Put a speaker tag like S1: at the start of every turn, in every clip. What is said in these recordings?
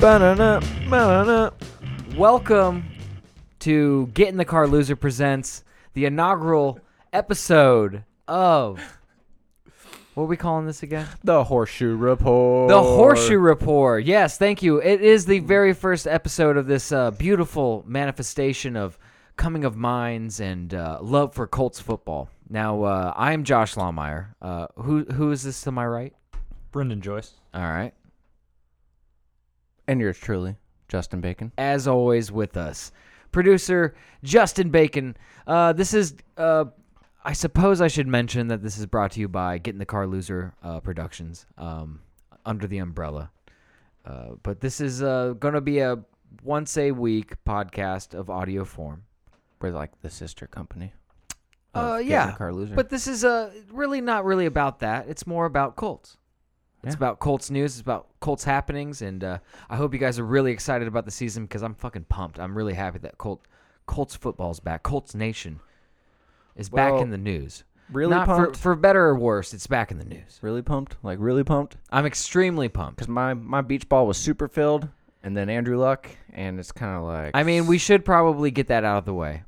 S1: Ba-na-na, ba-na-na. Welcome to Get in the Car Loser presents the inaugural episode of what are we calling this again?
S2: The horseshoe report.
S1: The Horseshoe Report. Yes, thank you. It is the very first episode of this uh, beautiful manifestation of coming of minds and uh, love for Colts football. Now, uh, I'm Josh Lawmeyer. Uh, who who is this to my right?
S3: Brendan Joyce.
S1: All right.
S2: And yours truly, Justin Bacon.
S1: as always, with us, producer Justin Bacon. Uh, this is, uh, I suppose, I should mention that this is brought to you by Get in the Car Loser uh, Productions, um, under the umbrella. Uh, but this is uh, going to be a once a week podcast of audio form.
S2: We're like the sister company.
S1: Uh,
S2: of Get in
S1: yeah,
S2: the Car loser.
S1: But this is uh, really not really about that. It's more about Colts. It's
S2: Yeah.
S1: about Colts news. It's about Colts happenings, and uh, I hope you guys are really excited about the season because I'm fucking pumped. I'm really happy that Colt Colts football's back. Colts Nation is back
S2: Well,
S1: in the news.
S2: really
S1: Not for,
S2: pumped.
S1: for better or worse, it's back in the news.
S2: really pumped. Like really pumped.
S1: I'm extremely pumped.
S2: Because my my beach ball was super filled, and then Andrew Luck, and it's kind of like
S1: I mean, we should probably get that out of the way.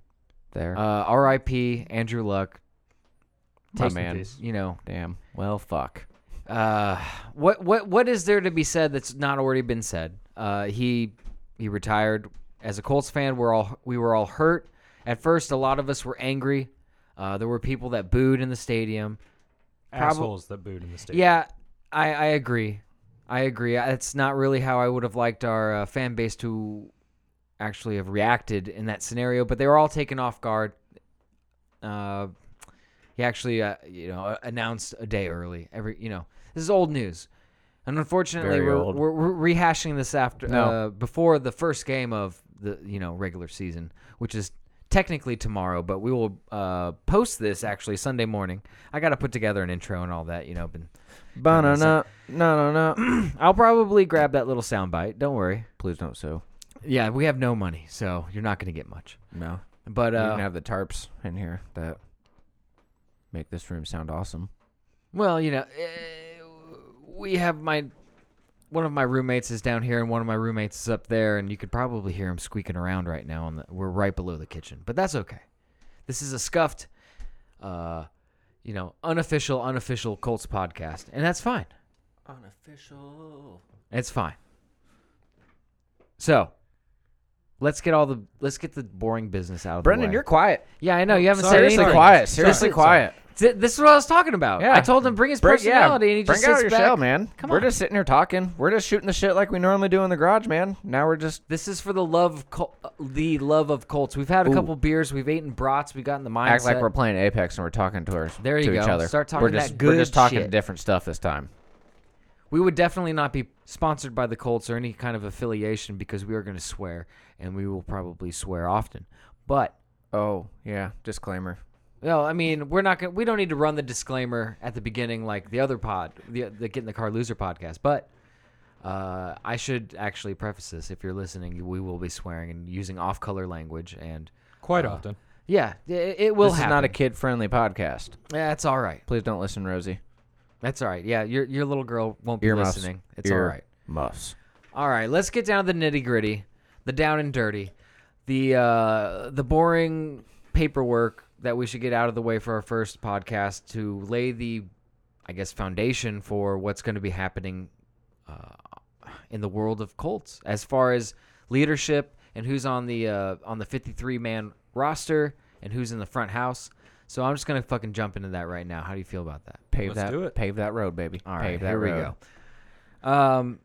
S2: there.
S1: Uh, R.I.P. Andrew Luck.
S2: My
S1: Take-
S2: man.
S1: You know,
S2: Damn. Well, fuck.
S1: Uh, what what what is there to be said that's not already been said? Uh, he he retired as a Colts fan. We're all we were all hurt at first. A lot of us were angry. Uh, there were people that booed in the stadium. Prob-
S3: Assholes that booed in the stadium.
S1: Yeah, I I agree. I agree. That's not really how I would have liked our uh, fan base to actually have reacted in that scenario. But they were all taken off guard. Uh, he actually, uh, you know, announced a day early. Every, you know, this is old news, and unfortunately,
S2: Very
S1: we're,
S2: old.
S1: we're we're rehashing this after
S2: No.
S1: uh, before the first game of the you know regular season, which is technically tomorrow, but we will uh, post this actually Sunday morning. I got to put together an intro and all that. You know, been
S2: Banana. No, no, no.
S1: I'll probably grab that little soundbite. Don't worry.
S2: Please don't sue.
S1: Yeah, we have no money, so you're not going to get much.
S2: No.
S1: But
S2: We
S1: uh,
S2: can have the tarps in here that make this room sound awesome.
S1: well, you know, eh, we have my one of my roommates is down here and one of my roommates is up there, and you could probably hear him squeaking around right now. On the, we're right below the kitchen, but that's okay. This is a scuffed, uh, you know, unofficial, unofficial Colts podcast, and that's fine.
S2: Unofficial.
S1: It's fine. So, let's get all the let's get the boring business out of the
S2: Brendan,
S1: way.
S2: you're quiet.
S1: Yeah, I know you haven't
S3: Sorry,
S1: said
S2: Seriously
S1: anything.
S2: quiet. Seriously quiet.
S1: Th- This is what I was talking about.
S2: Yeah.
S1: I told him bring his
S2: Bring-
S1: personality,
S2: yeah,
S1: and he
S2: bring
S1: just
S2: out
S1: sits
S2: your
S1: back.
S2: shell, man.
S1: Come
S2: We're
S1: on.
S2: just sitting here talking. We're just shooting the shit like we normally do in the garage, man. Now we're just
S1: This is for the love, of Col- uh, the love of Colts. We've had a
S2: Ooh.
S1: couple beers. We've eaten brats. We've gotten the mindset.
S2: act like we're playing Apex and we're talking to, our,
S1: There you
S2: to each
S1: go.
S2: other.
S1: Start talking
S2: we're just,
S1: that
S2: We're just
S1: good
S2: talking
S1: shit.
S2: different stuff this time.
S1: we would definitely not be sponsored by the Colts or any kind of affiliation because we are going to swear, and we will probably swear often. But
S2: Oh yeah, disclaimer.
S1: no, I mean we're not going. We don't need to run the disclaimer at the beginning like the other pod, the the Get in the Car Loser podcast. But uh, I should actually preface this: if you're listening, we will be swearing and using off-color language, and
S3: Quite
S1: Uh,
S3: often.
S1: yeah, i- it, it will
S2: this
S1: happen.
S2: is not a kid-friendly podcast.
S1: Yeah, that's all right.
S2: Please don't listen, Rosie.
S1: That's all right. Yeah, your your little girl won't be
S2: Earmuffs.
S1: listening. It's all
S2: Ear
S1: right.
S2: muffs.
S1: All right, let's get down to the nitty gritty, the down and dirty, the uh, the boring paperwork that we should get out of the way for our first podcast to lay the, I guess, foundation for what's going to be happening uh, in the world of Colts as far as leadership and who's on the uh, on the 53 man roster and who's in the front house. So I'm just gonna fucking jump into that right now. How do you feel about that?
S2: Pave
S3: Let's
S2: that.
S3: do it.
S2: Pave that road, baby.
S1: All right,
S2: pave that
S1: here we
S2: road.
S1: go. Um,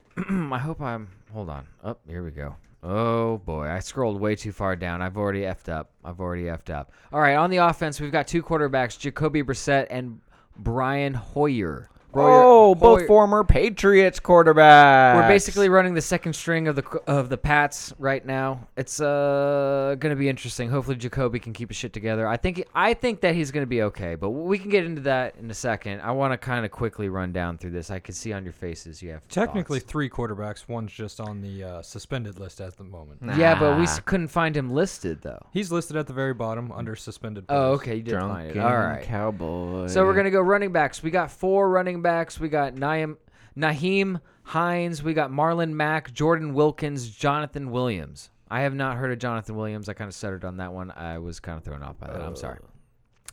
S1: I hope I'm. Hold on. Up here we go. Oh boy, I scrolled way too far down. I've already effed up. I've already effed up. All right, on the offense, we've got two quarterbacks: Jacoby Brissett and Brian Hoyer. Royer-
S2: Oh, both
S1: Hoyer-
S2: former Patriots quarterbacks.
S1: We're basically running the second string of the of the Pats right now. It's uh going to be interesting. Hopefully, Jacoby can keep his shit together. I think I think that he's going to be okay, but we can get into that in a second. I want to kind of quickly run down through this. I can see on your faces you have
S3: Technically,
S1: thoughts.
S3: three quarterbacks. One's just on the uh, suspended list at the moment.
S1: yeah, but we s-
S2: Nah.
S1: couldn't find him listed though.
S3: He's listed at the very bottom under suspended.
S1: Oh,
S3: players.
S1: okay, you did find it.
S2: drunken
S1: All right.
S2: cowboy.
S1: So we're gonna go running backs. We got four running backs. We got Niam, Naheem Hines. We got Marlon Mack, Jordan Wilkins, Jonathan Williams. I have not heard of Jonathan Williams. I kind of stuttered on that one. I was kind of thrown off by that. I'm sorry.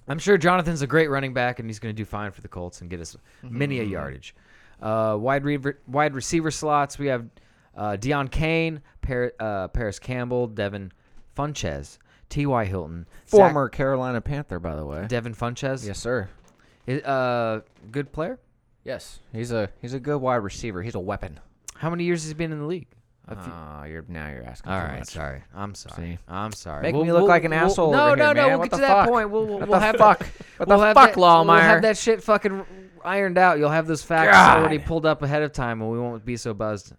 S1: I'm sure Jonathan's a great running back, and he's going to do fine for the Colts and get us many a yardage. Uh, wide re- wide receiver slots. We have uh, Deion Kane, Par- uh, Paris Campbell, Devin Funches, T.Y. Hilton, Zach-
S2: Former Carolina Panther, by the way.
S1: Devin Funches.
S2: Yes, sir.
S1: Yes. Uh, good player.
S2: Yes, he's a he's a good wide receiver. He's a weapon.
S1: How many years has he been in the league? A few-
S2: Ah, you're now you're asking.
S1: All
S2: too
S1: right,
S2: much.
S1: sorry. I'm sorry.
S2: See?
S1: I'm sorry.
S2: Making me look like an asshole
S1: No,
S2: over
S1: no,
S2: here,
S1: no.
S2: man.
S1: We'll
S2: What
S1: get
S2: the
S1: to that
S2: fuck?
S1: point. We'll, we'll,
S2: What
S1: we'll
S2: the
S1: have
S2: fuck? What
S1: we'll
S2: the
S1: have
S2: fuck,
S1: that, We'll
S2: Lawmeyer?
S1: have that shit fucking ironed out. You'll have those facts
S2: God.
S1: already pulled up ahead of time, and we won't be so buzzed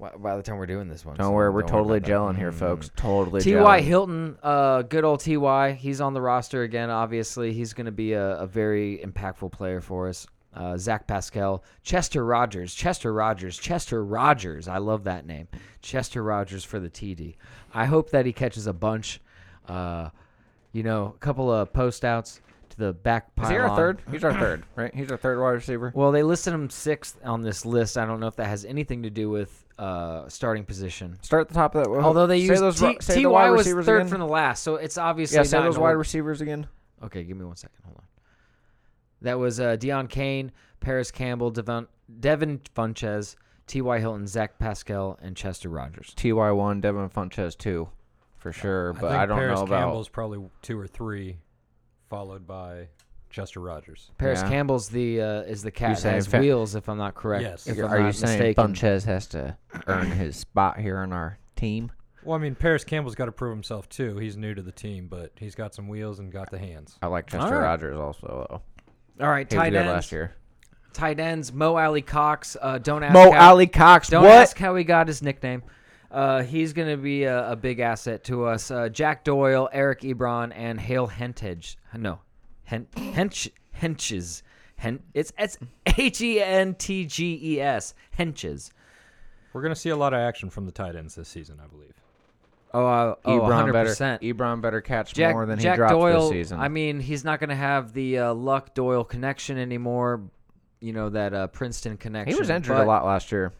S1: by- by the time we're doing this one.
S2: Don't
S1: so
S2: worry, Hmm. we're totally
S1: about that. Mm-hmm.
S2: gelling here, folks. Totally.
S1: T.Y.
S2: gelling.
S1: Hilton, uh, good old T.Y. He's on the roster again, obviously. He's going to be a, a very impactful player for us. Uh, Zach Pascal, Chester Rogers, Chester Rogers, Chester Rogers. I love that name. Chester Rogers for the TD. I hope that he catches a bunch. Uh, you know, a couple of post outs to the back
S2: Is
S1: pylon.
S2: he our third? He's our third, right? He's our third wide receiver.
S1: Well, they listed him sixth on this list. I don't know if that has anything to do with uh, starting position.
S2: Start at the top of that.
S1: Although they
S2: say
S1: used
S2: those,
S1: T-
S2: ru- say the
S1: Ty
S2: wide
S1: was
S2: receivers
S1: third
S2: again.
S1: from the last, so it's obviously
S2: yeah, say
S1: not in
S2: those wide
S1: order.
S2: receivers again.
S1: Okay, give me one second. Hold on. That was uh, Deion Kane, Paris Campbell, Devon, Devin Funches, T.Y. Hilton, Zach Pascal, and Chester Rogers.
S2: Ty one, Devin Funches two, for sure. But
S3: I,
S2: I,
S3: think
S2: don't
S3: Paris
S2: know about.
S3: Campbell's probably two or three, followed by Chester Rogers.
S1: Paris
S2: Yeah.
S1: Campbell's the uh, is the cat that
S2: saying
S1: has
S2: fa-
S1: wheels, if I'm not correct.
S3: Yes.
S1: If
S2: You're-
S1: I'm
S2: Are you
S1: not
S2: saying
S1: mistaken.
S2: Funches has to earn his spot here on our team?
S3: Well, I mean, Paris Campbell's got to prove himself too. He's new to the team, but he's got some wheels and got the hands.
S2: I like Chester
S1: right.
S2: Rogers also. Though.
S1: All right,
S2: He was
S1: tight
S2: good
S1: ends.
S2: last year.
S1: Tight ends. Mo Alley Cox. Uh, don't ask.
S2: Mo
S1: how,
S2: Ali Cox.
S1: Don't
S2: what?
S1: ask how he got his nickname. Uh, he's going to be a, a big asset to us. Uh, Jack Doyle, Eric Ebron, and Hale Hentage. No, Hen- Hench Henches. Hen- it's it's H E N T G E S. Henches.
S3: We're gonna see a lot of action from the tight ends this season, I believe.
S1: Oh, uh, oh,
S2: Ebron
S1: 100%.
S2: better. Ebron better catch
S1: Jack,
S2: more than
S1: Jack
S2: he drops
S1: Doyle,
S2: this season.
S1: I mean, he's not going to have the uh, Luck Doyle connection anymore. You know that uh, Princeton connection.
S2: he was injured a
S1: but-
S2: lot last year.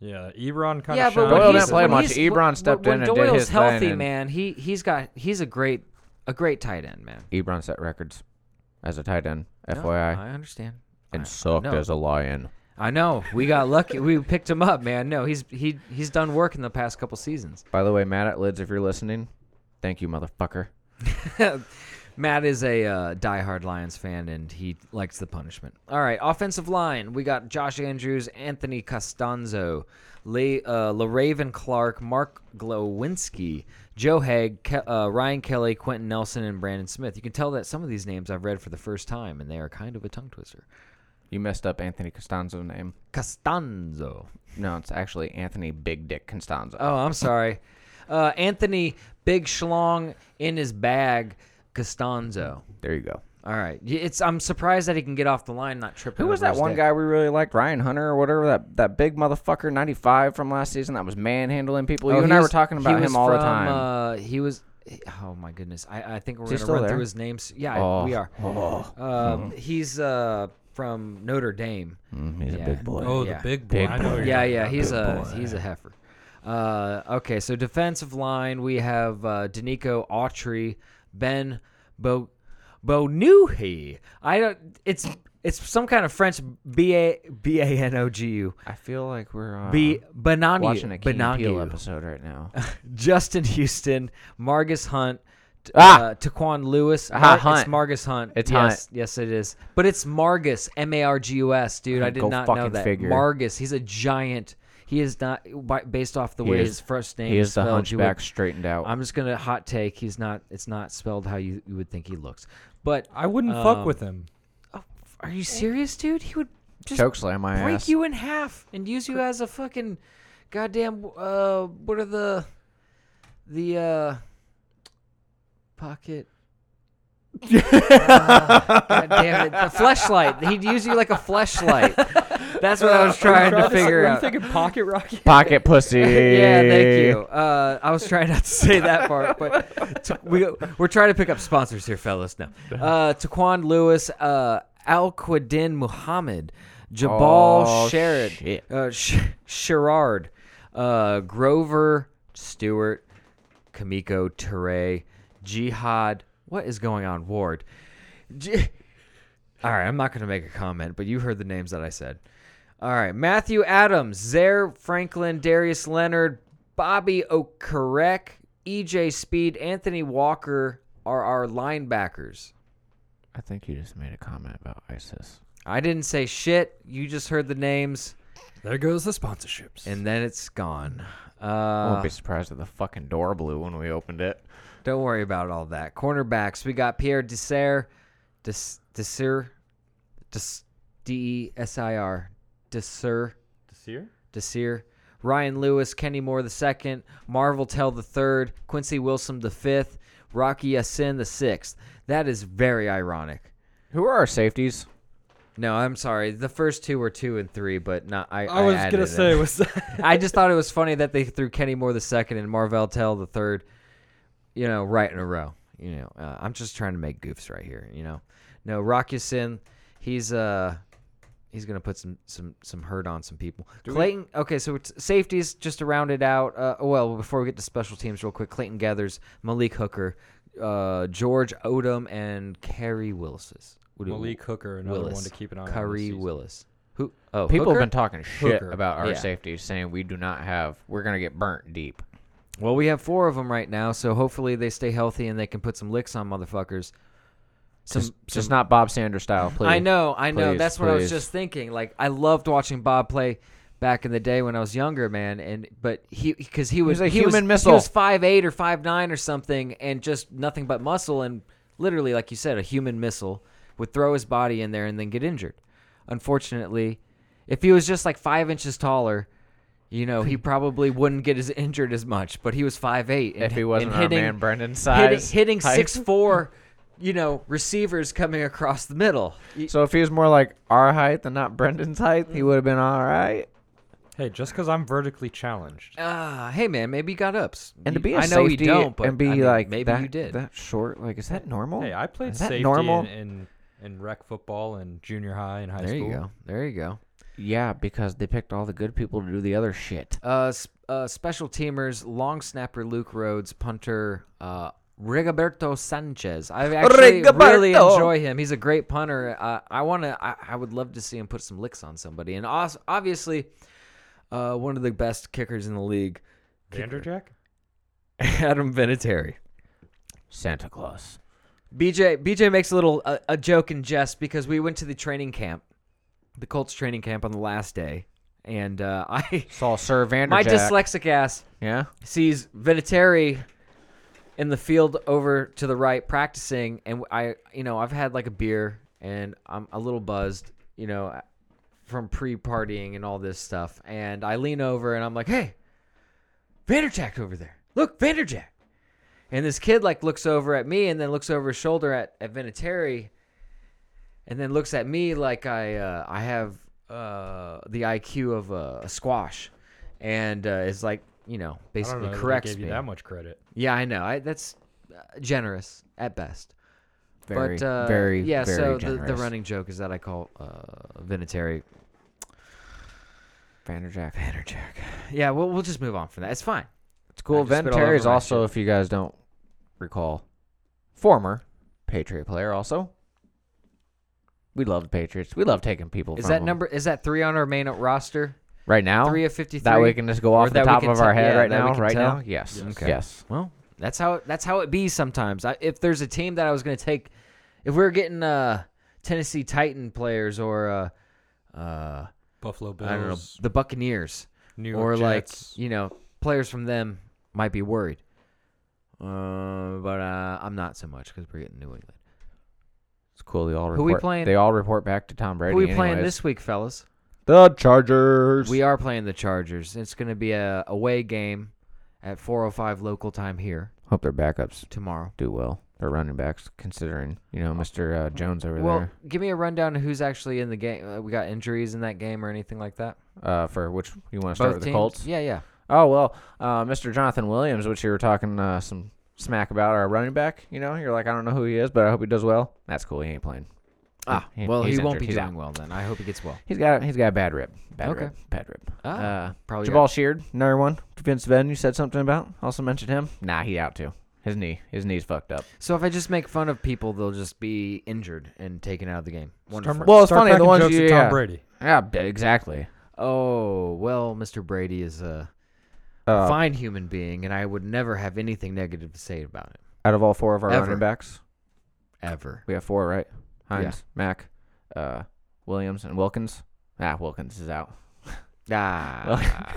S3: Yeah, Ebron kind
S1: Yeah,
S3: of.
S2: Doyle
S1: but when
S2: didn't
S1: he's,
S2: play
S1: when
S2: much.
S1: he's-
S2: Ebron
S1: when-
S2: stepped
S1: when
S2: in and
S1: Doyle's
S2: did his thing
S1: healthy,
S2: and-
S1: man, he he's got he's a great a great tight end, man.
S2: Ebron set records as a tight end,
S1: No,
S2: FYI,
S1: I understand. I-
S2: and sucked
S1: no.
S2: as a lion.
S1: I know we got lucky. we picked him up, man. No, he's he he's done work in the past couple seasons.
S2: By the way, Matt at Lids, if you're listening, thank you, motherfucker.
S1: Matt is a uh, diehard Lions fan, and he likes the punishment. All right, offensive line. We got Josh Andrews, Anthony Costanzo, Le, uh, LaRaven Clark, Mark Glowinski, Joe Haig, Ke- uh, Ryan Kelly, Quentin Nelson, and Brandon Smith. You can tell that some of these names I've read for the first time, and they are kind of a tongue twister.
S2: You messed up Anthony Costanzo's name.
S1: Costanzo.
S2: No, it's actually Anthony Big Dick Costanzo.
S1: Oh, I'm sorry. Uh, Anthony Big Schlong in his bag, Costanzo.
S2: There you go.
S1: All right, Y- it's. I'm surprised that he can get off the line, not tripping.
S2: Who was
S1: over
S2: that
S1: his
S2: one
S1: dick.
S2: guy we really liked? Ryan Hunter or whatever that that big motherfucker, ninety five from last season, that was manhandling people.
S1: Oh,
S2: you and
S1: he
S2: I
S1: was-
S2: were talking
S1: he
S2: about
S1: was
S2: him all the
S1: from,
S2: time.
S1: Uh, he was. he- Oh my goodness! I, I think we're
S2: he
S1: gonna
S2: still
S1: run
S2: there?
S1: through his names. Yeah, I-
S2: Oh.
S1: we are.
S2: Oh.
S1: Uh, He's uh, from Notre Dame.
S2: he's
S1: a yeah. big boy.
S3: Oh,
S1: Yeah.
S3: the big boy.
S2: Big
S3: I know
S2: boy.
S3: who you're
S1: Yeah,
S3: talking
S1: yeah,
S3: about.
S1: he's a he's a heifer. Uh, okay, so defensive line we have uh, Danico Autry, Ben Bo Bonuhi. I don't. It's it's some kind of French B A B A N O G U.
S2: I feel like we're uh,
S1: B
S2: watching a
S1: Benanu
S2: Key and Peele
S1: Benanu.
S2: episode right now.
S1: Justin Houston, Margus Hunt, t-
S2: Ah!
S1: uh, Taquan Lewis.
S2: Ah,
S1: Mar-
S2: Hunt.
S1: It's Margus Hunt.
S2: It's
S1: yes, yes, it is. But it's Margus, M A R G U S, dude. I did
S2: Go
S1: not know
S2: fucking
S1: that.
S2: figure.
S1: Margus, he's a giant. He is not by, based off the
S2: He
S1: way
S2: is-
S1: his first name.
S2: he
S1: is
S2: is the
S1: spelled, you would-
S2: hunchback straightened out.
S1: I'm just gonna hot take. He's not. It's not spelled how you, you would think he looks. But
S3: I wouldn't fuck
S1: Um,
S3: with him.
S1: oh, are you serious, dude? He would just
S2: Chokeslam my
S1: break
S2: ass.
S1: you in half and use you as a fucking goddamn uh what are the the uh pocket uh, God damn it. The fleshlight. He'd use you like a fleshlight. That's what I was trying to figure out.
S3: thinking pocket rocket.
S2: Pocket pussy.
S1: Yeah, thank you. Uh, I was trying not to say that part, but t- we, we're trying to pick up sponsors here, fellas. Now, uh, Taquan Lewis, uh, Al Quadin Muhammad, Jabal
S2: Oh,
S1: Sherrod,
S2: shit.
S1: uh, Sh- Sherrard, uh, Grover Stewart, Kamiko Ture, Jihad. What is going on, Ward? J- All right, I'm not going to make a comment, but you heard the names that I said. All right, Matthew Adams, Zaire Franklin, Darius Leonard, Bobby Okerek, EJ Speed, Anthony Walker are our linebackers.
S2: I think you just made a comment about ISIS.
S1: I didn't say shit. You just heard the names,
S3: There goes the sponsorships.
S1: and then it's gone.
S2: I
S1: Uh,
S2: wouldn't be surprised if the fucking door blew when we opened it.
S1: Don't worry about all that. Cornerbacks, we got Pierre Desir, Des- Desir, Des- D E S I R, Desir,
S3: Desir?
S1: Desir, Ryan Lewis, Kenny Moore the second, Marvel Tell the third, Quincy Wilson the fifth, Rocky Asin the sixth. That is very ironic.
S2: Who are our safeties?
S1: No, I'm sorry. The first two were two and three, but not. I,
S3: I was
S1: added
S3: gonna
S1: it.
S3: say was that
S1: I just thought it was funny that they threw Kenny Moore the second and Marvell Tell the third, you know, right in a row. You know, uh, I'm just trying to make goofs right here. You know, no Rokusin, he's uh, he's gonna put some some some hurt on some people. Clayton, okay, so it's safeties just to round it out. Uh, well, before we get to special teams, real quick, Clayton Gathers, Malik Hooker, uh, George Odom, and Kerry Willis. Would-
S3: Malik Hooker, another one to keep an eye on. this
S1: Curry
S3: season.
S1: Willis. Who? Oh,
S2: People
S1: Hooker?
S2: have been talking shit
S3: Hooker.
S2: about our
S1: Yeah.
S2: safeties, saying we do not have. We're gonna get burnt deep.
S1: Well, we have four of them right now, so hopefully they stay healthy and they can put some licks on motherfuckers. Some,
S2: Just, just
S1: some-
S2: not Bob Sanders style, please.
S1: I know, I know.
S2: Please,
S1: That's what I was
S2: please.
S1: just thinking. Like I loved watching Bob play back in the day when I was younger, man. And but he because he was
S2: was a
S1: he
S2: human
S1: was,
S2: missile.
S1: He was five eight or five nine or something, and just nothing but muscle and literally, like you said, a human missile would throw his body in there and then get injured. Unfortunately, if he was just like five inches taller. You know, he probably wouldn't get as injured as much, but he was five eight.
S2: If he wasn't our man Brendan size,
S1: hitting, hitting
S2: height.
S1: six four, you know, receivers coming across the middle. Y-
S2: So if he was more like our height and not Brendan's height, he would have been all right.
S3: Hey, just because I'm vertically challenged,
S1: Ah, hey man, maybe you got ups.
S2: And to
S1: You-
S2: be a
S1: I know
S2: safety
S1: you don't, but
S2: and be
S1: I mean,
S2: like
S1: maybe
S2: that,
S1: you did.
S2: that short, like is that
S1: Oh,
S2: normal?
S3: hey, I played
S2: Is that
S3: safety
S2: normal?
S3: in, in in rec football and junior high and high
S1: there
S3: school.
S1: you go. There you go.
S2: yeah, because they picked all the good people to do the other shit.
S1: Uh, s- uh, special teamers, long snapper Luke Rhodes, punter uh, Rigoberto Sanchez. I actually really
S2: Rigoberto!
S1: enjoy him. He's a great punter. Uh, I want to. I, I would love to see him put some licks on somebody. And also, obviously, uh, one of the best kickers in the league,
S3: Vanderjack?
S1: Adam Vinatieri.
S2: Santa Claus.
S1: BJ BJ makes a little a, a joke and jest because we went to the training camp, the Colts training camp on the last day, and uh, I
S2: Saw Sir Vanderjack.
S1: my dyslexic ass
S2: yeah.
S1: sees Vinatieri in the field over to the right practicing, and I you know I've had like a beer and I'm a little buzzed, you know, from pre-partying and all this stuff, and I lean over and I'm like, hey, Vanderjack over there, look Vanderjack. And this kid like looks over at me and then looks over his shoulder at, at Vinatieri and then looks at me like I uh, I have uh, the IQ of a, a squash and uh, is like, you know,
S3: I don't
S1: basically
S3: know. that they
S1: corrects
S3: gave
S1: me.
S3: you that much credit.
S1: Yeah, I know. I, that's uh, generous at best.
S2: Very,
S1: but uh,
S2: very,
S1: yeah.
S2: very
S1: so the, the
S2: generous.
S1: running joke is that I call uh, Vinatieri
S2: Vanderjack.
S1: Vanderjack. Yeah, we'll we'll just move on from that. It's fine.
S2: It's cool.
S1: I just spit all
S2: Vinatieri is
S1: over my
S2: also, if you guys don't recall, former Patriot player. Also, we love the Patriots. We love taking people.
S1: Is
S2: from
S1: that
S2: them.
S1: number? Is that three on our main roster?
S2: right now?
S1: Three of fifty-three.
S2: that we can just go
S1: Or
S2: off the
S1: that we
S2: top
S1: can
S2: of our
S1: te-
S2: head
S1: yeah,
S2: right
S1: that we
S2: now.
S1: can
S2: Right
S1: tell?
S2: now, yes,
S3: Yes.
S2: yes.
S1: Okay. Well, that's how that's how it be sometimes. I, if there's a team that I was going to take, if we were getting uh, Tennessee Titan players or uh, uh,
S3: Buffalo Bills,
S1: I don't know the Buccaneers
S3: New York
S1: or
S3: Jets.
S1: like you know players from them might be worried. Uh, but uh, I'm not so much because we're getting New England.
S2: It's cool. They all report.
S1: Who we playing-
S2: They all report back to Tom Brady.
S1: Who we playing
S2: anyways.
S1: this week, fellas?
S2: The Chargers.
S1: We are playing the Chargers. It's going to be a away game at 4:05 local time here
S2: hope their backups
S1: tomorrow.
S2: do well. Their running backs, considering you know Mr. Uh, Jones over
S1: Well, give me a rundown of who's actually in the game. Uh, we got injuries in that game or anything like that.
S2: there. Uh, for which you want to start with the
S1: teams?
S2: Colts?
S1: Yeah, yeah.
S2: Oh well, uh, Mr. Jonathan Williams, which you were talking uh, some smack about, our running back. You know, you're like, I don't know who he is, but I hope he does well. That's cool. He ain't playing.
S1: Ah,
S2: He-
S1: well, he
S2: he's
S1: won't
S2: injured.
S1: be
S2: He's
S1: doing
S2: out.
S1: well then. I hope he gets well.
S2: He's got he's got a bad rib. Bad
S1: Okay.
S2: rib. Bad rib.
S1: Ah,
S2: uh,
S1: Probably
S2: Jabal Sheard, another one. Vince Venn, you said something about. Also mentioned him. Nah, he out too. His knee. His knee's fucked up.
S1: So if I just make fun of people, they'll just be injured and taken out of the game. Wonderful.
S2: Well, it's funny, the
S3: cracking
S2: ones
S3: jokes
S2: you-
S3: at Tom
S2: yeah.
S3: Brady.
S2: Yeah, b- exactly.
S1: Oh well, Mr. Brady is a
S2: Uh,
S1: fine human being, and I would never have anything negative to say about him
S2: Out of all four of our
S1: Ever.
S2: running backs,
S1: ever.
S2: we have four, right? Hines,
S1: Yeah.
S2: Mack, uh, Williams, and Wilkins. Ah, Wilkins is out.
S1: Ah.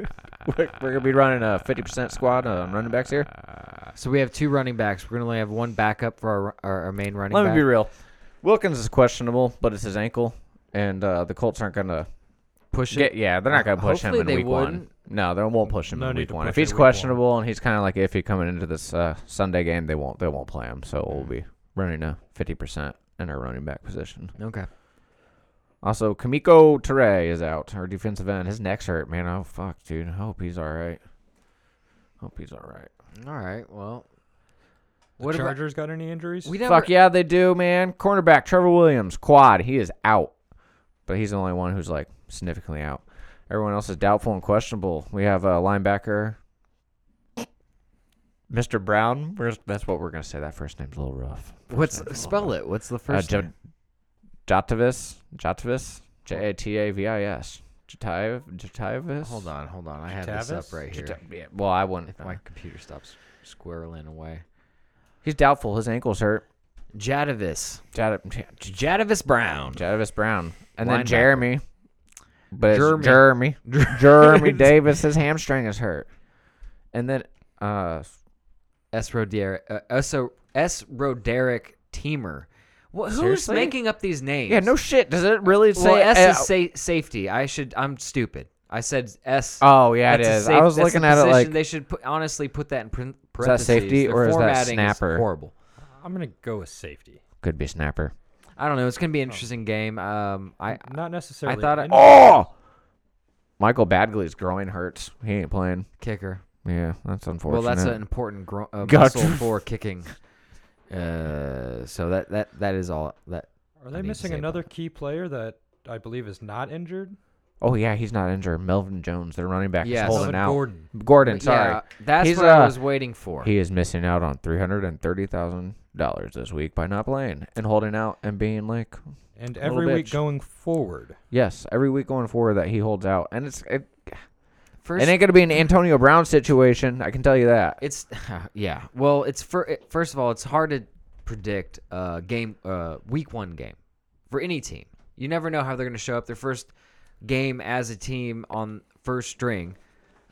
S2: we're, we're gonna be running a fifty percent squad on running backs here.
S1: so we have two running backs. We're gonna only have one backup for our our, our main running
S2: Let
S1: back.
S2: me be real. Wilkins is questionable, but it's his ankle, and uh, the Colts aren't gonna
S1: Push it.
S2: get. Yeah, they're not gonna push
S1: Hopefully
S2: him
S1: they
S2: in week one.
S1: wouldn't.
S2: No, they won't push him
S3: No
S2: in
S3: need
S2: week
S3: to
S2: one. If
S3: push it
S2: he's
S3: week one.
S2: questionable and he's kind of like iffy coming into this uh, Sunday game, they won't. They won't play him. So we'll be running a fifty percent in our running back position.
S1: Okay.
S2: Also, Kamiko Ture is out, our defensive end. His neck's hurt, man. Oh fuck, dude. I hope he's all right. Hope he's all right.
S1: All right. Well,
S3: The
S1: What about-
S3: Chargers got any injuries?
S1: we never.
S2: Fuck yeah, they do, man. Cornerback Trevor Williams, quad. He is out, but he's the only one who's like significantly out. Everyone else is doubtful and questionable. We have a uh, linebacker, Mr. Brown. We're- That's what we're gonna say. That first name's a little rough.
S1: What's
S2: name's a little
S1: spell
S2: rough.
S1: it? What's the
S2: Uh,
S1: first?
S2: J-
S1: name?
S2: Jotavis, Jotavis, J A T A V I S, Jotavis, Jotavis.
S1: Hold on, hold on. I have this
S3: Tavis?
S1: up right here.
S2: Jota- yeah, well, I wouldn't.
S1: If my computer stops squirreling away.
S2: He's doubtful. His ankle's hurt.
S1: Jadavis.
S2: Jada- J-
S1: Jadavis Brown.
S2: Jadavis Brown, and
S1: Linebacker.
S2: then Jeremy. But it's
S1: Jeremy.
S2: Jeremy, Jeremy Davis, his hamstring is hurt, and then uh,
S1: S. Roderick. Uh, S. O- S. Roderick Teamer. Wha who's
S2: Seriously?
S1: making up these names?
S2: yeah, no shit. Does it really say?
S1: Well, S
S2: uh,
S1: is sa- safety. I should. I'm stupid. I said S.
S2: oh yeah, it
S1: That's a
S2: is.
S1: safe-
S2: I was
S1: that's a
S2: looking at it
S1: position.
S2: like
S1: they should put, honestly put that in paren-
S2: that
S1: parentheses.
S2: safety
S1: Their
S2: or is that
S1: formatting
S2: snapper?
S1: horrible.
S3: I'm gonna go with safety.
S2: could be snapper.
S1: I don't know. It's gonna be an interesting game. Um, I
S3: Not necessarily.
S1: thought
S3: an
S1: I-
S3: injury.
S2: Oh, Michael Badgley's groin hurts. He ain't playing.
S1: kicker.
S2: Yeah, that's unfortunate.
S1: Well, that's an important gro- uh,
S2: Gotcha.
S1: muscle for kicking. Uh, so that that that is all that.
S3: Are
S1: I
S3: they
S1: need to
S3: missing
S1: say
S3: another key player that I believe is not injured?
S2: oh yeah, he's not injured. Melvin Jones, their running back,
S1: Yes.
S2: is holding
S3: Melvin
S2: out.
S3: Gordon.
S2: Gordon, sorry.
S1: Yeah, that's
S2: He's,
S1: what
S2: uh,
S1: I was waiting for.
S2: He is missing out on three hundred and thirty thousand dollars this week by not playing and holding out and being like,
S3: And
S2: Little
S3: every week
S2: bitch.
S3: going forward,
S2: yes, every week going forward that he holds out, and it's it,
S1: First,
S2: it ain't gonna be an Antonio Brown situation. I can tell you that.
S1: it's yeah. Well, it's for it, first of all, it's hard to predict a game, uh, week one game for any team. You never know how they're going to show up. Their first game as a team on first string.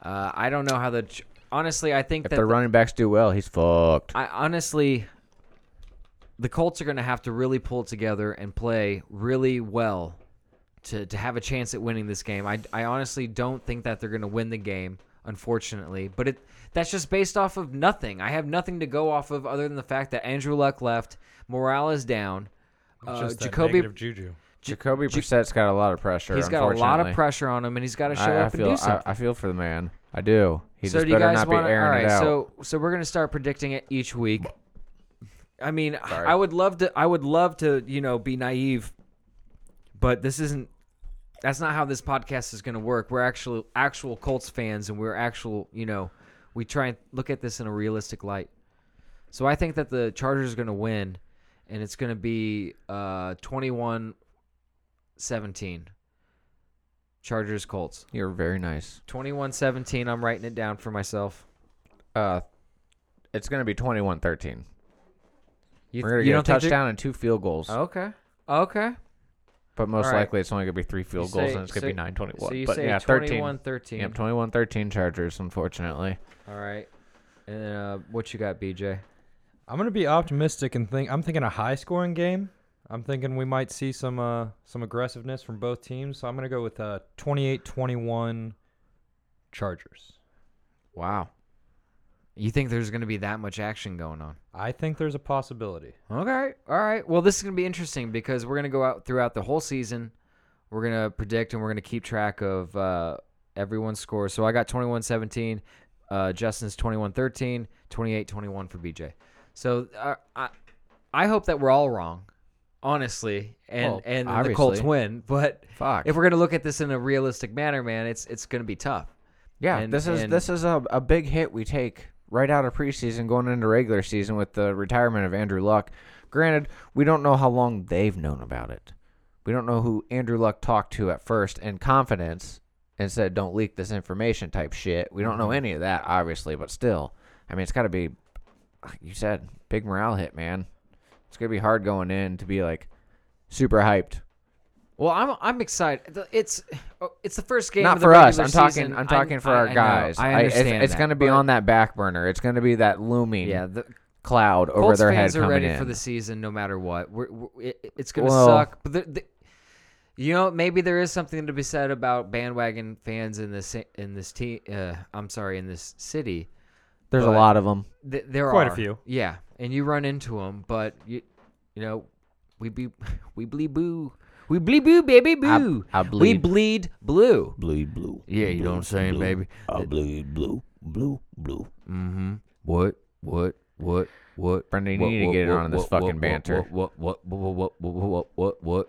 S1: Uh, I don't know how the. Ch- honestly, I think
S2: If
S1: that
S2: the running backs do well, he's fucked.
S1: I honestly, the Colts are going to have to really pull it together and play really well to, to have a chance at winning this game. I, I honestly don't think that they're going to win the game, unfortunately. But it that's just based off of nothing. I have nothing to go off of other than the fact that Andrew Luck left, morale is down. Uh,
S3: just that
S1: Jacoby,
S3: negative juju.
S2: Jacoby Brissett's got a lot of pressure.
S1: he's got a lot of
S2: unfortunately.
S1: pressure on him, and he's got to show
S2: I, I
S1: up and do
S2: feel
S1: something.
S2: I, I feel for the man. I do. He
S1: so
S2: just
S1: do you
S2: better
S1: guys
S2: not
S1: want?
S2: be airing
S1: all right,
S2: it out.
S1: so so we're gonna start predicting it each week. I mean,
S2: Sorry.
S1: I would love to. I would love to. You know, be naive, but this isn't. That's not how this podcast is gonna work. We're actually actual Colts fans, and we're actual. You know, we try and look at this in a realistic light. So I think that the Chargers are gonna win, and it's gonna be uh 21-17. Chargers Colts.
S2: You're very nice.
S1: 21-17. I'm writing it down for myself.
S2: Uh, it's gonna be 21-13.
S1: You,
S2: We're gonna
S1: you
S2: get a
S1: don't think they're-
S2: touchdown and two field goals.
S1: Okay. Okay.
S2: But most
S1: All right.
S2: likely it's only going to be three field
S1: You
S2: goals
S1: say-
S2: and it's going to
S1: say-
S2: be 9 21.
S1: so you
S2: but
S1: say
S2: yeah,
S1: 21
S2: 13.
S1: 13.
S2: Yep, 21 13 Chargers, unfortunately.
S1: All right. And then uh, what you got, BJ?
S3: I'm gonna be optimistic and think. I'm thinking a high scoring game. I'm thinking we might see some uh, some aggressiveness from both teams. So I'm gonna go with uh, 28-21 Chargers.
S1: Wow. You think there's going to be that much action going on?
S3: I think there's a possibility.
S1: Okay. All right. Well, this is going to be interesting because we're going to go out throughout the whole season. We're going to predict and we're going to keep track of uh, everyone's scores. So I got 21 17. Uh, Justin's 21 13, 28 21 for BJ. So uh, I, I hope that we're all wrong. honestly, and
S2: Well,
S1: and the Colts
S2: obviously.
S1: win. But
S2: Fuck.
S1: if we're gonna look at this in a realistic manner, man, it's it's gonna be tough.
S2: yeah,
S1: and-
S2: this is
S1: and-
S2: this is a, a big hit we take right out of preseason going into regular season with the retirement of Andrew Luck. Granted, we don't know how long they've known about it. We don't know who Andrew Luck talked to at first in confidence and said, "Don't leak this information" type shit. We don't know
S1: Mm-hmm.
S2: any of that, obviously, but still, I mean, it's got to be. like You said big morale hit, man. It's gonna be hard going in to be like super hyped.
S1: Well, I'm I'm excited. The- It's oh, it's the first game.
S2: Not
S1: of the
S2: for us.
S1: regular
S2: I'm talking.
S1: season.
S2: I'm talking for
S1: I-
S2: our
S1: I know.
S2: guys.
S1: I,
S2: I- it's-
S1: understand.
S2: it's
S1: that,
S2: going to be
S1: but-
S2: on that back burner. It's going to be that looming
S1: Yeah, the
S2: cloud over
S1: Colts
S2: their
S1: fans
S2: head
S1: are
S2: coming
S1: ready
S2: in.
S1: for the season, no matter what. We're, we're, it, it's gonna
S2: Well-
S1: suck, but the, the, you know maybe there is something to be said about bandwagon fans in this ci- in this team. Uh, I'm sorry, in this city.
S2: There's
S1: but-
S2: a lot of them.
S1: Th- there
S3: Quite a
S1: are.
S3: few.
S1: Yeah, and you run into them, but you you know we be we bleed boo, we bleed boo, baby boo.
S2: I
S1: We
S2: bleed-
S1: bleed blue.
S4: Bleed blue.
S1: Yeah, you know what I'm saying, baby.
S4: I bleed blue, blue, blue.
S1: Mm-hmm. What? What? What? What?
S2: Brendan, you
S1: what,
S2: need to
S1: what,
S2: get in
S1: what,
S2: on this
S1: what, what,
S2: fucking
S1: what,
S2: banter.
S1: What? What? What? What? What? What? What? What? What?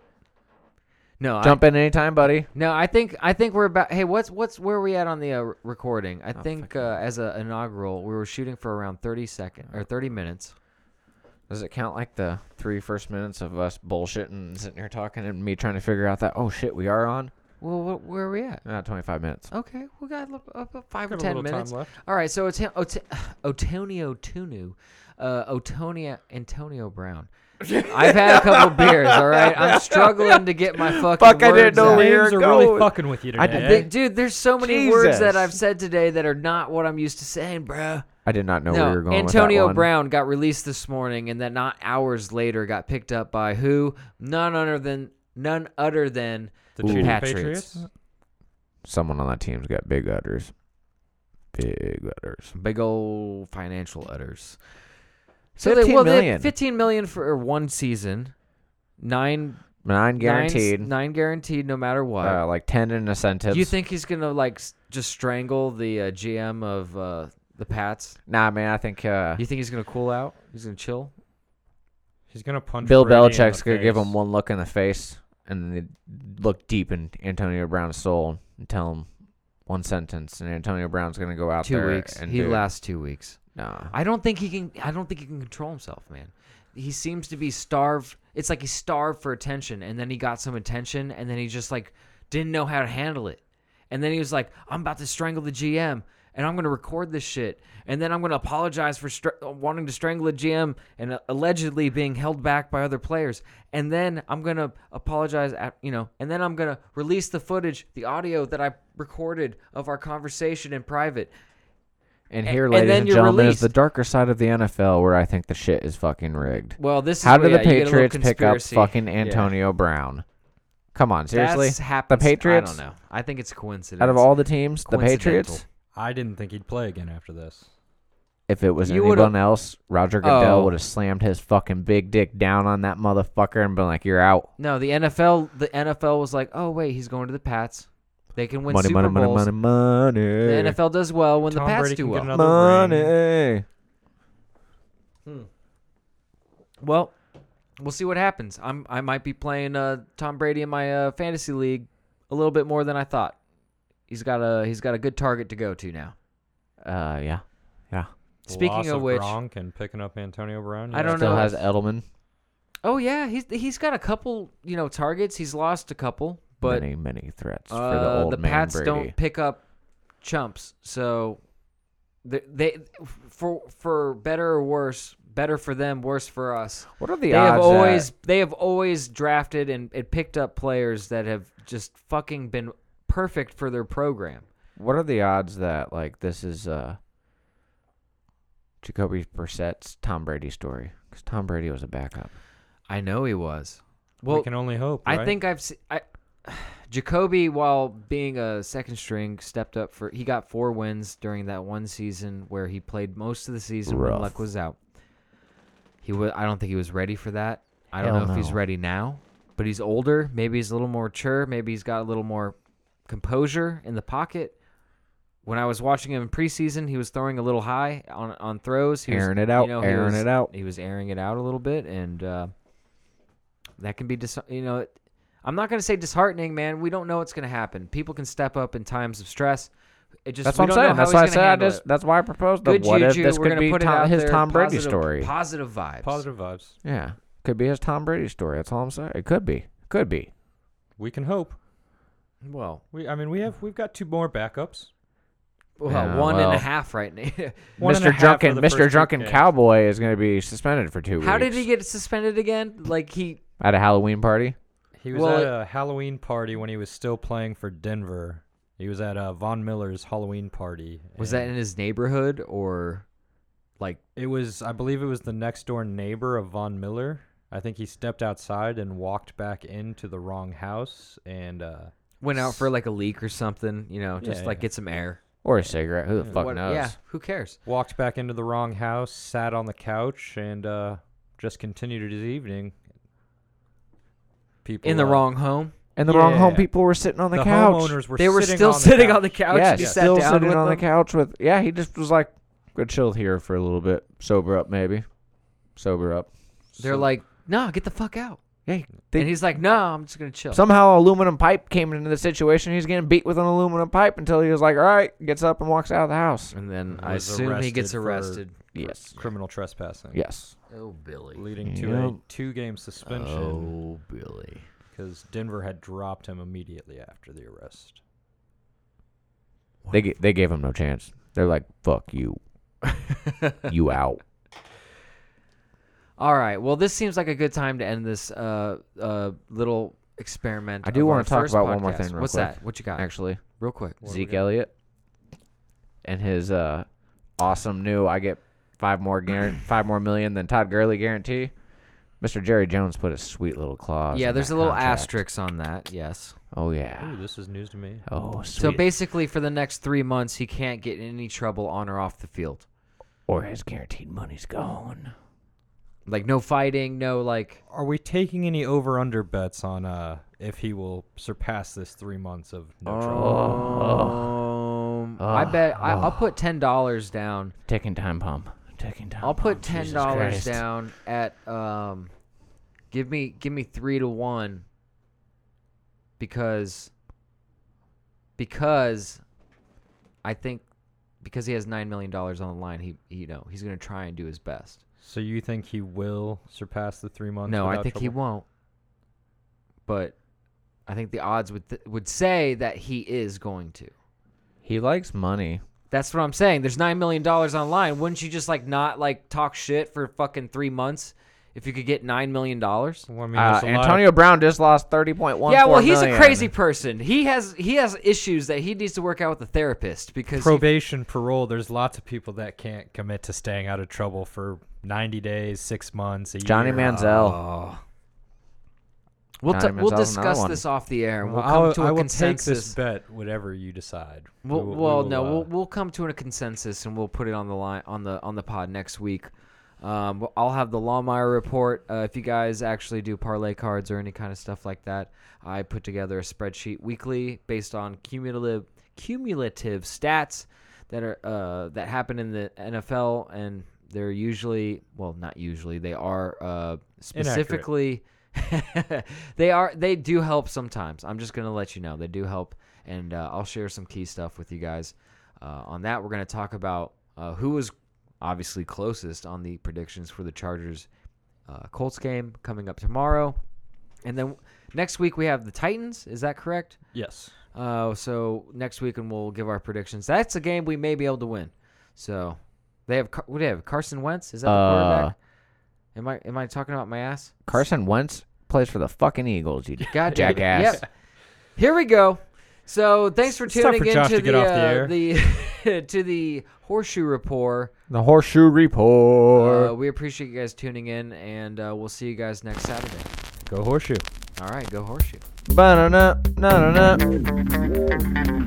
S1: No, I,
S2: Jump in anytime, buddy.
S1: no. I think I think we're about. Hey, what's what's where are we at on the uh, r- recording?
S2: Oh,
S1: I think uh, as an inaugural, we were shooting for around thirty second or thirty minutes.
S2: Does it count like the three first minutes of us bullshitting, and sitting here talking, and me trying to figure out that oh shit we are on?
S1: Well, what, where are we at?
S2: Not 25 minutes.
S1: Okay, we got a little- up, up five or
S3: Got a
S1: ten
S3: little time
S1: minutes.
S3: left.
S1: All right, so Ote- Ote- Otonio Tunu, uh, Otonia Antonio Brown. I've had a couple beers. All right, I'm struggling to get my fucking.
S2: Fuck, I didn't
S1: words
S2: know
S1: out.
S2: we were
S3: Names are really
S2: going.
S3: fucking with you today.
S2: I did-
S1: Th- dude, there's so many words that
S2: Jesus.
S1: I've said today that are not what I'm used to saying, bro.
S2: I did not know
S1: No,
S2: we were going.
S1: Antonio
S2: with that one.
S1: Brown got released this morning, and then not hours later got picked up by who? None other than none other than
S3: the cheating
S1: Patriots.
S3: Patriots.
S2: Someone on that team's got big udders. Big udders.
S1: big old financial udders. they,
S2: 15
S1: well, they had
S2: million.
S1: 15 million for one season, nine
S2: Nine
S1: nine s-
S2: guaranteed.
S1: nine, guaranteed, no matter what.
S2: uh, like 10 in incentives.
S1: Do you think he's gonna like s- just strangle the uh, GM of uh, the Pats?
S2: Nah, man, I think uh,
S1: You think he's gonna cool out? He's gonna chill?
S3: He's gonna punch.
S2: Bill
S3: Brady in the
S2: Belichick's gonna give
S3: face.
S2: him one look in the face and then they look deep in Antonio Brown's soul and tell him one sentence, and Antonio Brown's gonna go out
S1: two
S2: there
S1: weeks.
S2: and
S1: He
S2: do it.
S1: lasts two weeks.
S2: Nah.
S1: I don't think he can. I don't think he can control himself, man. He seems to be starved. It's like he starved for attention, and then he got some attention, and then he just like didn't know how to handle it. And then he was like, "I'm about to strangle the GM, and I'm going to record this shit, and then I'm going to apologize for str- wanting to strangle a GM and uh, allegedly being held back by other players, and then I'm going to apologize at you know, and then I'm going to release the footage, the audio that I recorded of our conversation in private,
S2: And
S1: a-
S2: here,
S1: and
S2: ladies
S1: then
S2: and
S1: you're
S2: gentlemen, is
S1: released.
S2: the darker side of the NFL where I think the shit is fucking rigged.
S1: Well, this is
S2: How
S1: where,
S2: did the
S1: yeah, you get a little
S2: Patriots pick up
S1: conspiracy.
S2: fucking
S1: Yeah.
S2: Antonio Brown? Come on, seriously.
S1: That's happened.
S2: Patriots?
S1: I don't know. I think it's a coincidence.
S2: Out of all the teams, the
S1: Coincidental.
S2: Patriots.
S3: I didn't think he'd play again after this.
S2: If it was
S1: You would've-
S2: anyone else, Roger Goodell
S1: Oh.
S2: would have slammed his fucking big dick down on that motherfucker and been like, "You're out."
S1: no, the NFL, the NFL was like, oh wait, he's going to the Pats. They can win
S2: money,
S1: Super
S2: money, money,
S1: Bowls.
S2: money, money,
S1: The NFL does well when
S3: Tom
S1: the Pats
S3: Brady
S1: do
S3: can
S1: well.
S3: get another ring.
S2: money.
S1: Well, we'll see what happens. I'm I might be playing uh, Tom Brady in my uh, fantasy league a little bit more than I thought. He's got a he's got a good target to go to now.
S2: Uh, yeah, yeah.
S3: The
S1: Speaking
S3: loss
S1: of which-
S3: Gronk and picking up Antonio Brown.
S1: I don't
S2: Still
S1: know
S2: has
S1: if-
S2: Edelman.
S1: Oh yeah, he's he's got a couple you know targets. He's lost a couple, but
S2: many, many threats for the
S1: Uh,
S2: old
S1: the
S2: man
S1: Pats
S2: Brady.
S1: don't pick up chumps, so they, they for for better or worse, better for them, worse for us.
S2: What are the
S1: they
S2: odds?
S1: have always
S2: that-
S1: they have always drafted and, and picked up players that have just fucking been perfect for their program.
S2: what are the odds that like this is uh, Jacoby Brissett's Tom Brady story? Because Tom Brady was a backup.
S1: I know he was.
S3: Well,
S1: Well,
S3: we can only hope.
S1: I
S3: right?
S1: think I've se- I Jacoby, while being a second string, stepped up for he got four wins during that one season where he played most of the season when
S2: Rough.
S1: Luck was out. He was I don't think he was ready for that. I don't
S2: Hell
S1: know if he's
S2: no.
S1: ready now, but he's older. Maybe he's a little more mature. Maybe he's got a little more composure in the pocket. When I was watching him in preseason, he was throwing a little high on on throws. He was,
S2: Airing it out,
S1: he
S2: airing
S1: was-
S2: it out.
S1: He was airing it out a little bit, and uh, that can be dis- you know it- I'm not going to say disheartening, man. We don't know what's going to happen. People can step up in times of stress. It just
S2: That's
S1: we
S2: what I'm
S1: don't know
S2: saying.
S1: how
S2: That's why I
S1: he's gonna
S2: said I
S1: handle
S2: just,
S1: it.
S2: that's why I proposed the
S1: Good
S2: what if
S1: juju,
S2: this
S1: we're
S2: could
S1: gonna
S2: be
S1: put it
S2: Tom,
S1: out
S2: his
S1: there,
S2: Tom Brady
S1: positive-
S2: story.
S1: Positive vibes.
S3: Positive vibes.
S2: Yeah, could be his Tom Brady story. That's all I'm saying. It could be. Could be.
S3: We can hope.
S1: Well,
S3: We I mean we have we've got two more backups.
S1: well,
S2: Yeah,
S1: one and a
S2: well.
S1: half right now.
S3: One and a
S2: Mr.
S3: half
S2: Drunken,
S3: for the
S2: Mr.
S3: first
S2: Drunken
S3: weekend.
S2: Cowboy is going to be suspended for two weeks.
S1: How did he get suspended again? Like he
S2: at a Halloween party?
S3: He was
S1: Well,
S3: at
S1: it-
S3: a Halloween party when he was still playing for Denver. He was at uh, Von Miller's Halloween party.
S1: was
S3: and
S1: that in his neighborhood or like
S3: It was, I believe, it was the next door neighbor of Von Miller. I think he stepped outside and walked back into the wrong house, and uh,
S1: went out for like a leak or something? You know, just
S3: Yeah,
S1: like
S3: yeah.
S1: get some air.
S2: Or a cigarette? Who the fuck
S1: Uh, What-
S2: knows?
S1: Yeah, who cares?
S3: walked back into the wrong house, sat on the couch, and uh, just continued his evening. People
S1: In the
S3: uh,
S1: wrong home.
S2: And the wrong home
S3: Yeah.
S2: people were sitting on
S3: The,
S2: the, couch.
S3: homeowners were
S1: They were
S3: sitting
S1: still
S3: on the
S1: sitting
S3: couch.
S1: on the couch.
S2: yeah,
S1: and he
S2: still
S1: sat down
S2: sitting
S1: with
S2: on
S1: them.
S2: the couch with. Yeah, he just was like, "Go chill here for a little bit, sober up, maybe, sober up."
S1: They're
S2: So-
S1: like, "No, get the fuck out."
S2: Yeah, they-
S1: and he's like, "No, I'm just gonna chill."
S2: somehow aluminum pipe came into the situation. He's getting beat with an aluminum pipe until he was like, "All right," gets up and walks out of the house.
S1: and then I
S3: Was
S1: assume he gets arrested.
S3: arrested
S2: Yes,
S3: criminal trespassing,
S2: yes.
S1: Oh, Billy.
S3: leading to
S2: Yep. Oh.
S3: a two-game suspension.
S1: Billy.
S3: because Denver had dropped him immediately after the arrest.
S2: They g- they gave him no chance. They're like, "Fuck you, you out."
S1: All right. Well, this seems like a good time to end this uh, uh, little experiment.
S2: I do
S1: want
S2: wanna talk
S1: to
S2: about one more thing real
S1: What's
S2: quick.
S1: that? What you got?
S2: Actually,
S1: real quick.
S3: What do we
S2: Zeke
S3: got?
S2: Elliott and his uh, awesome new I get five more guar- five more million than Todd Gurley guarantee. Mr. Jerry Jones put a sweet little clause.
S1: Yeah,
S2: in
S1: there's
S2: that
S1: a little
S2: contract.
S1: asterisk on that. Yes.
S2: Oh yeah.
S3: Ooh, this is news to me.
S2: Oh sweet.
S1: So basically, for the next three months, he can't get in any trouble on or off the field.
S2: or his guaranteed money's gone.
S1: Like no fighting, no like.
S3: Are we taking any over/under bets on uh, if he will surpass this three months of no
S2: Oh.
S3: trouble?
S1: Um, I bet I, I'll put ten dollars down.
S2: Ticking time bomb. Ticking time.
S1: I'll put
S2: bomb.
S1: ten
S2: Oh, Jesus
S1: dollars
S2: Christ.
S1: down at um, give me give me three to one because because I think because he has nine million dollars on the line, he he, you know he's gonna try and do his best.
S3: So you think he will surpass the three months?
S1: no, I
S3: without
S1: think he
S3: trouble?
S1: won't. But I think the odds would th- would say that he is going to.
S2: He likes money.
S1: That's what I'm saying. There's nine million dollars on the line. Wouldn't you just like not like talk shit for fucking three months if you could get nine million dollars?
S3: Well, I mean,
S2: Uh,
S3: there's a lot of-
S2: Antonio Brown just lost thirty point one.
S1: Yeah, well, he's a crazy person. He has he has issues that he needs to work out with a therapist because he-
S3: probation, parole. There's lots of people that can't commit to staying out of trouble for 90 days, six months, a
S2: Johnny
S3: year.
S2: Manziel.
S1: Oh. We'll
S2: Johnny
S1: t- we'll
S2: Manziel's another
S1: discuss
S2: one.
S1: this off the air and
S3: Well,
S1: we'll
S3: I'll-
S1: come
S3: I
S1: to a
S3: will take this
S1: consensus.
S3: bet, whatever you decide. We
S1: We'll,
S3: will- we
S1: well,
S3: will,
S1: no,
S3: uh,
S1: we'll we'll come to a consensus and we'll put it on the line on the on the pod next week. Um, well, I'll have the Lawmeyer report. Uh, if you guys actually do parlay cards or any kind of stuff like that, I put together a spreadsheet weekly based on cumulative cumulative stats that are uh, that happen in the NFL, and they're usually well, not usually, they are uh, specifically. they are they do help sometimes. I'm just gonna let you know they do help, and uh, I'll share some key stuff with you guys. Uh, on that, we're gonna talk about uh, who was obviously closest on the predictions for the Chargers uh, Colts game coming up tomorrow, and then next week we have the Titans. Is that correct?
S3: yes.
S1: Uh, so next week, and we'll give our predictions. That's a game we may be able to win. So they have Car- what do they have Carson Wentz. Is that the
S2: Uh,
S1: quarterback? Am I am I talking about my ass?
S2: Carson Wentz plays for the fucking Eagles. You
S1: God damn it.
S2: Jackass.
S1: Yep. Here we go. So thanks for
S3: It's time
S1: tuning
S3: for
S1: in
S3: Josh
S1: to,
S3: to get
S1: the,
S3: off the
S1: uh,
S3: air.
S1: the, to the horseshoe rapport.
S2: The horseshoe report.
S1: Uh, we appreciate you guys tuning in, and uh, we'll see you guys next Saturday.
S3: Go horseshoe.
S1: All right, go horseshoe.
S2: Ba-na-na, na-na-na.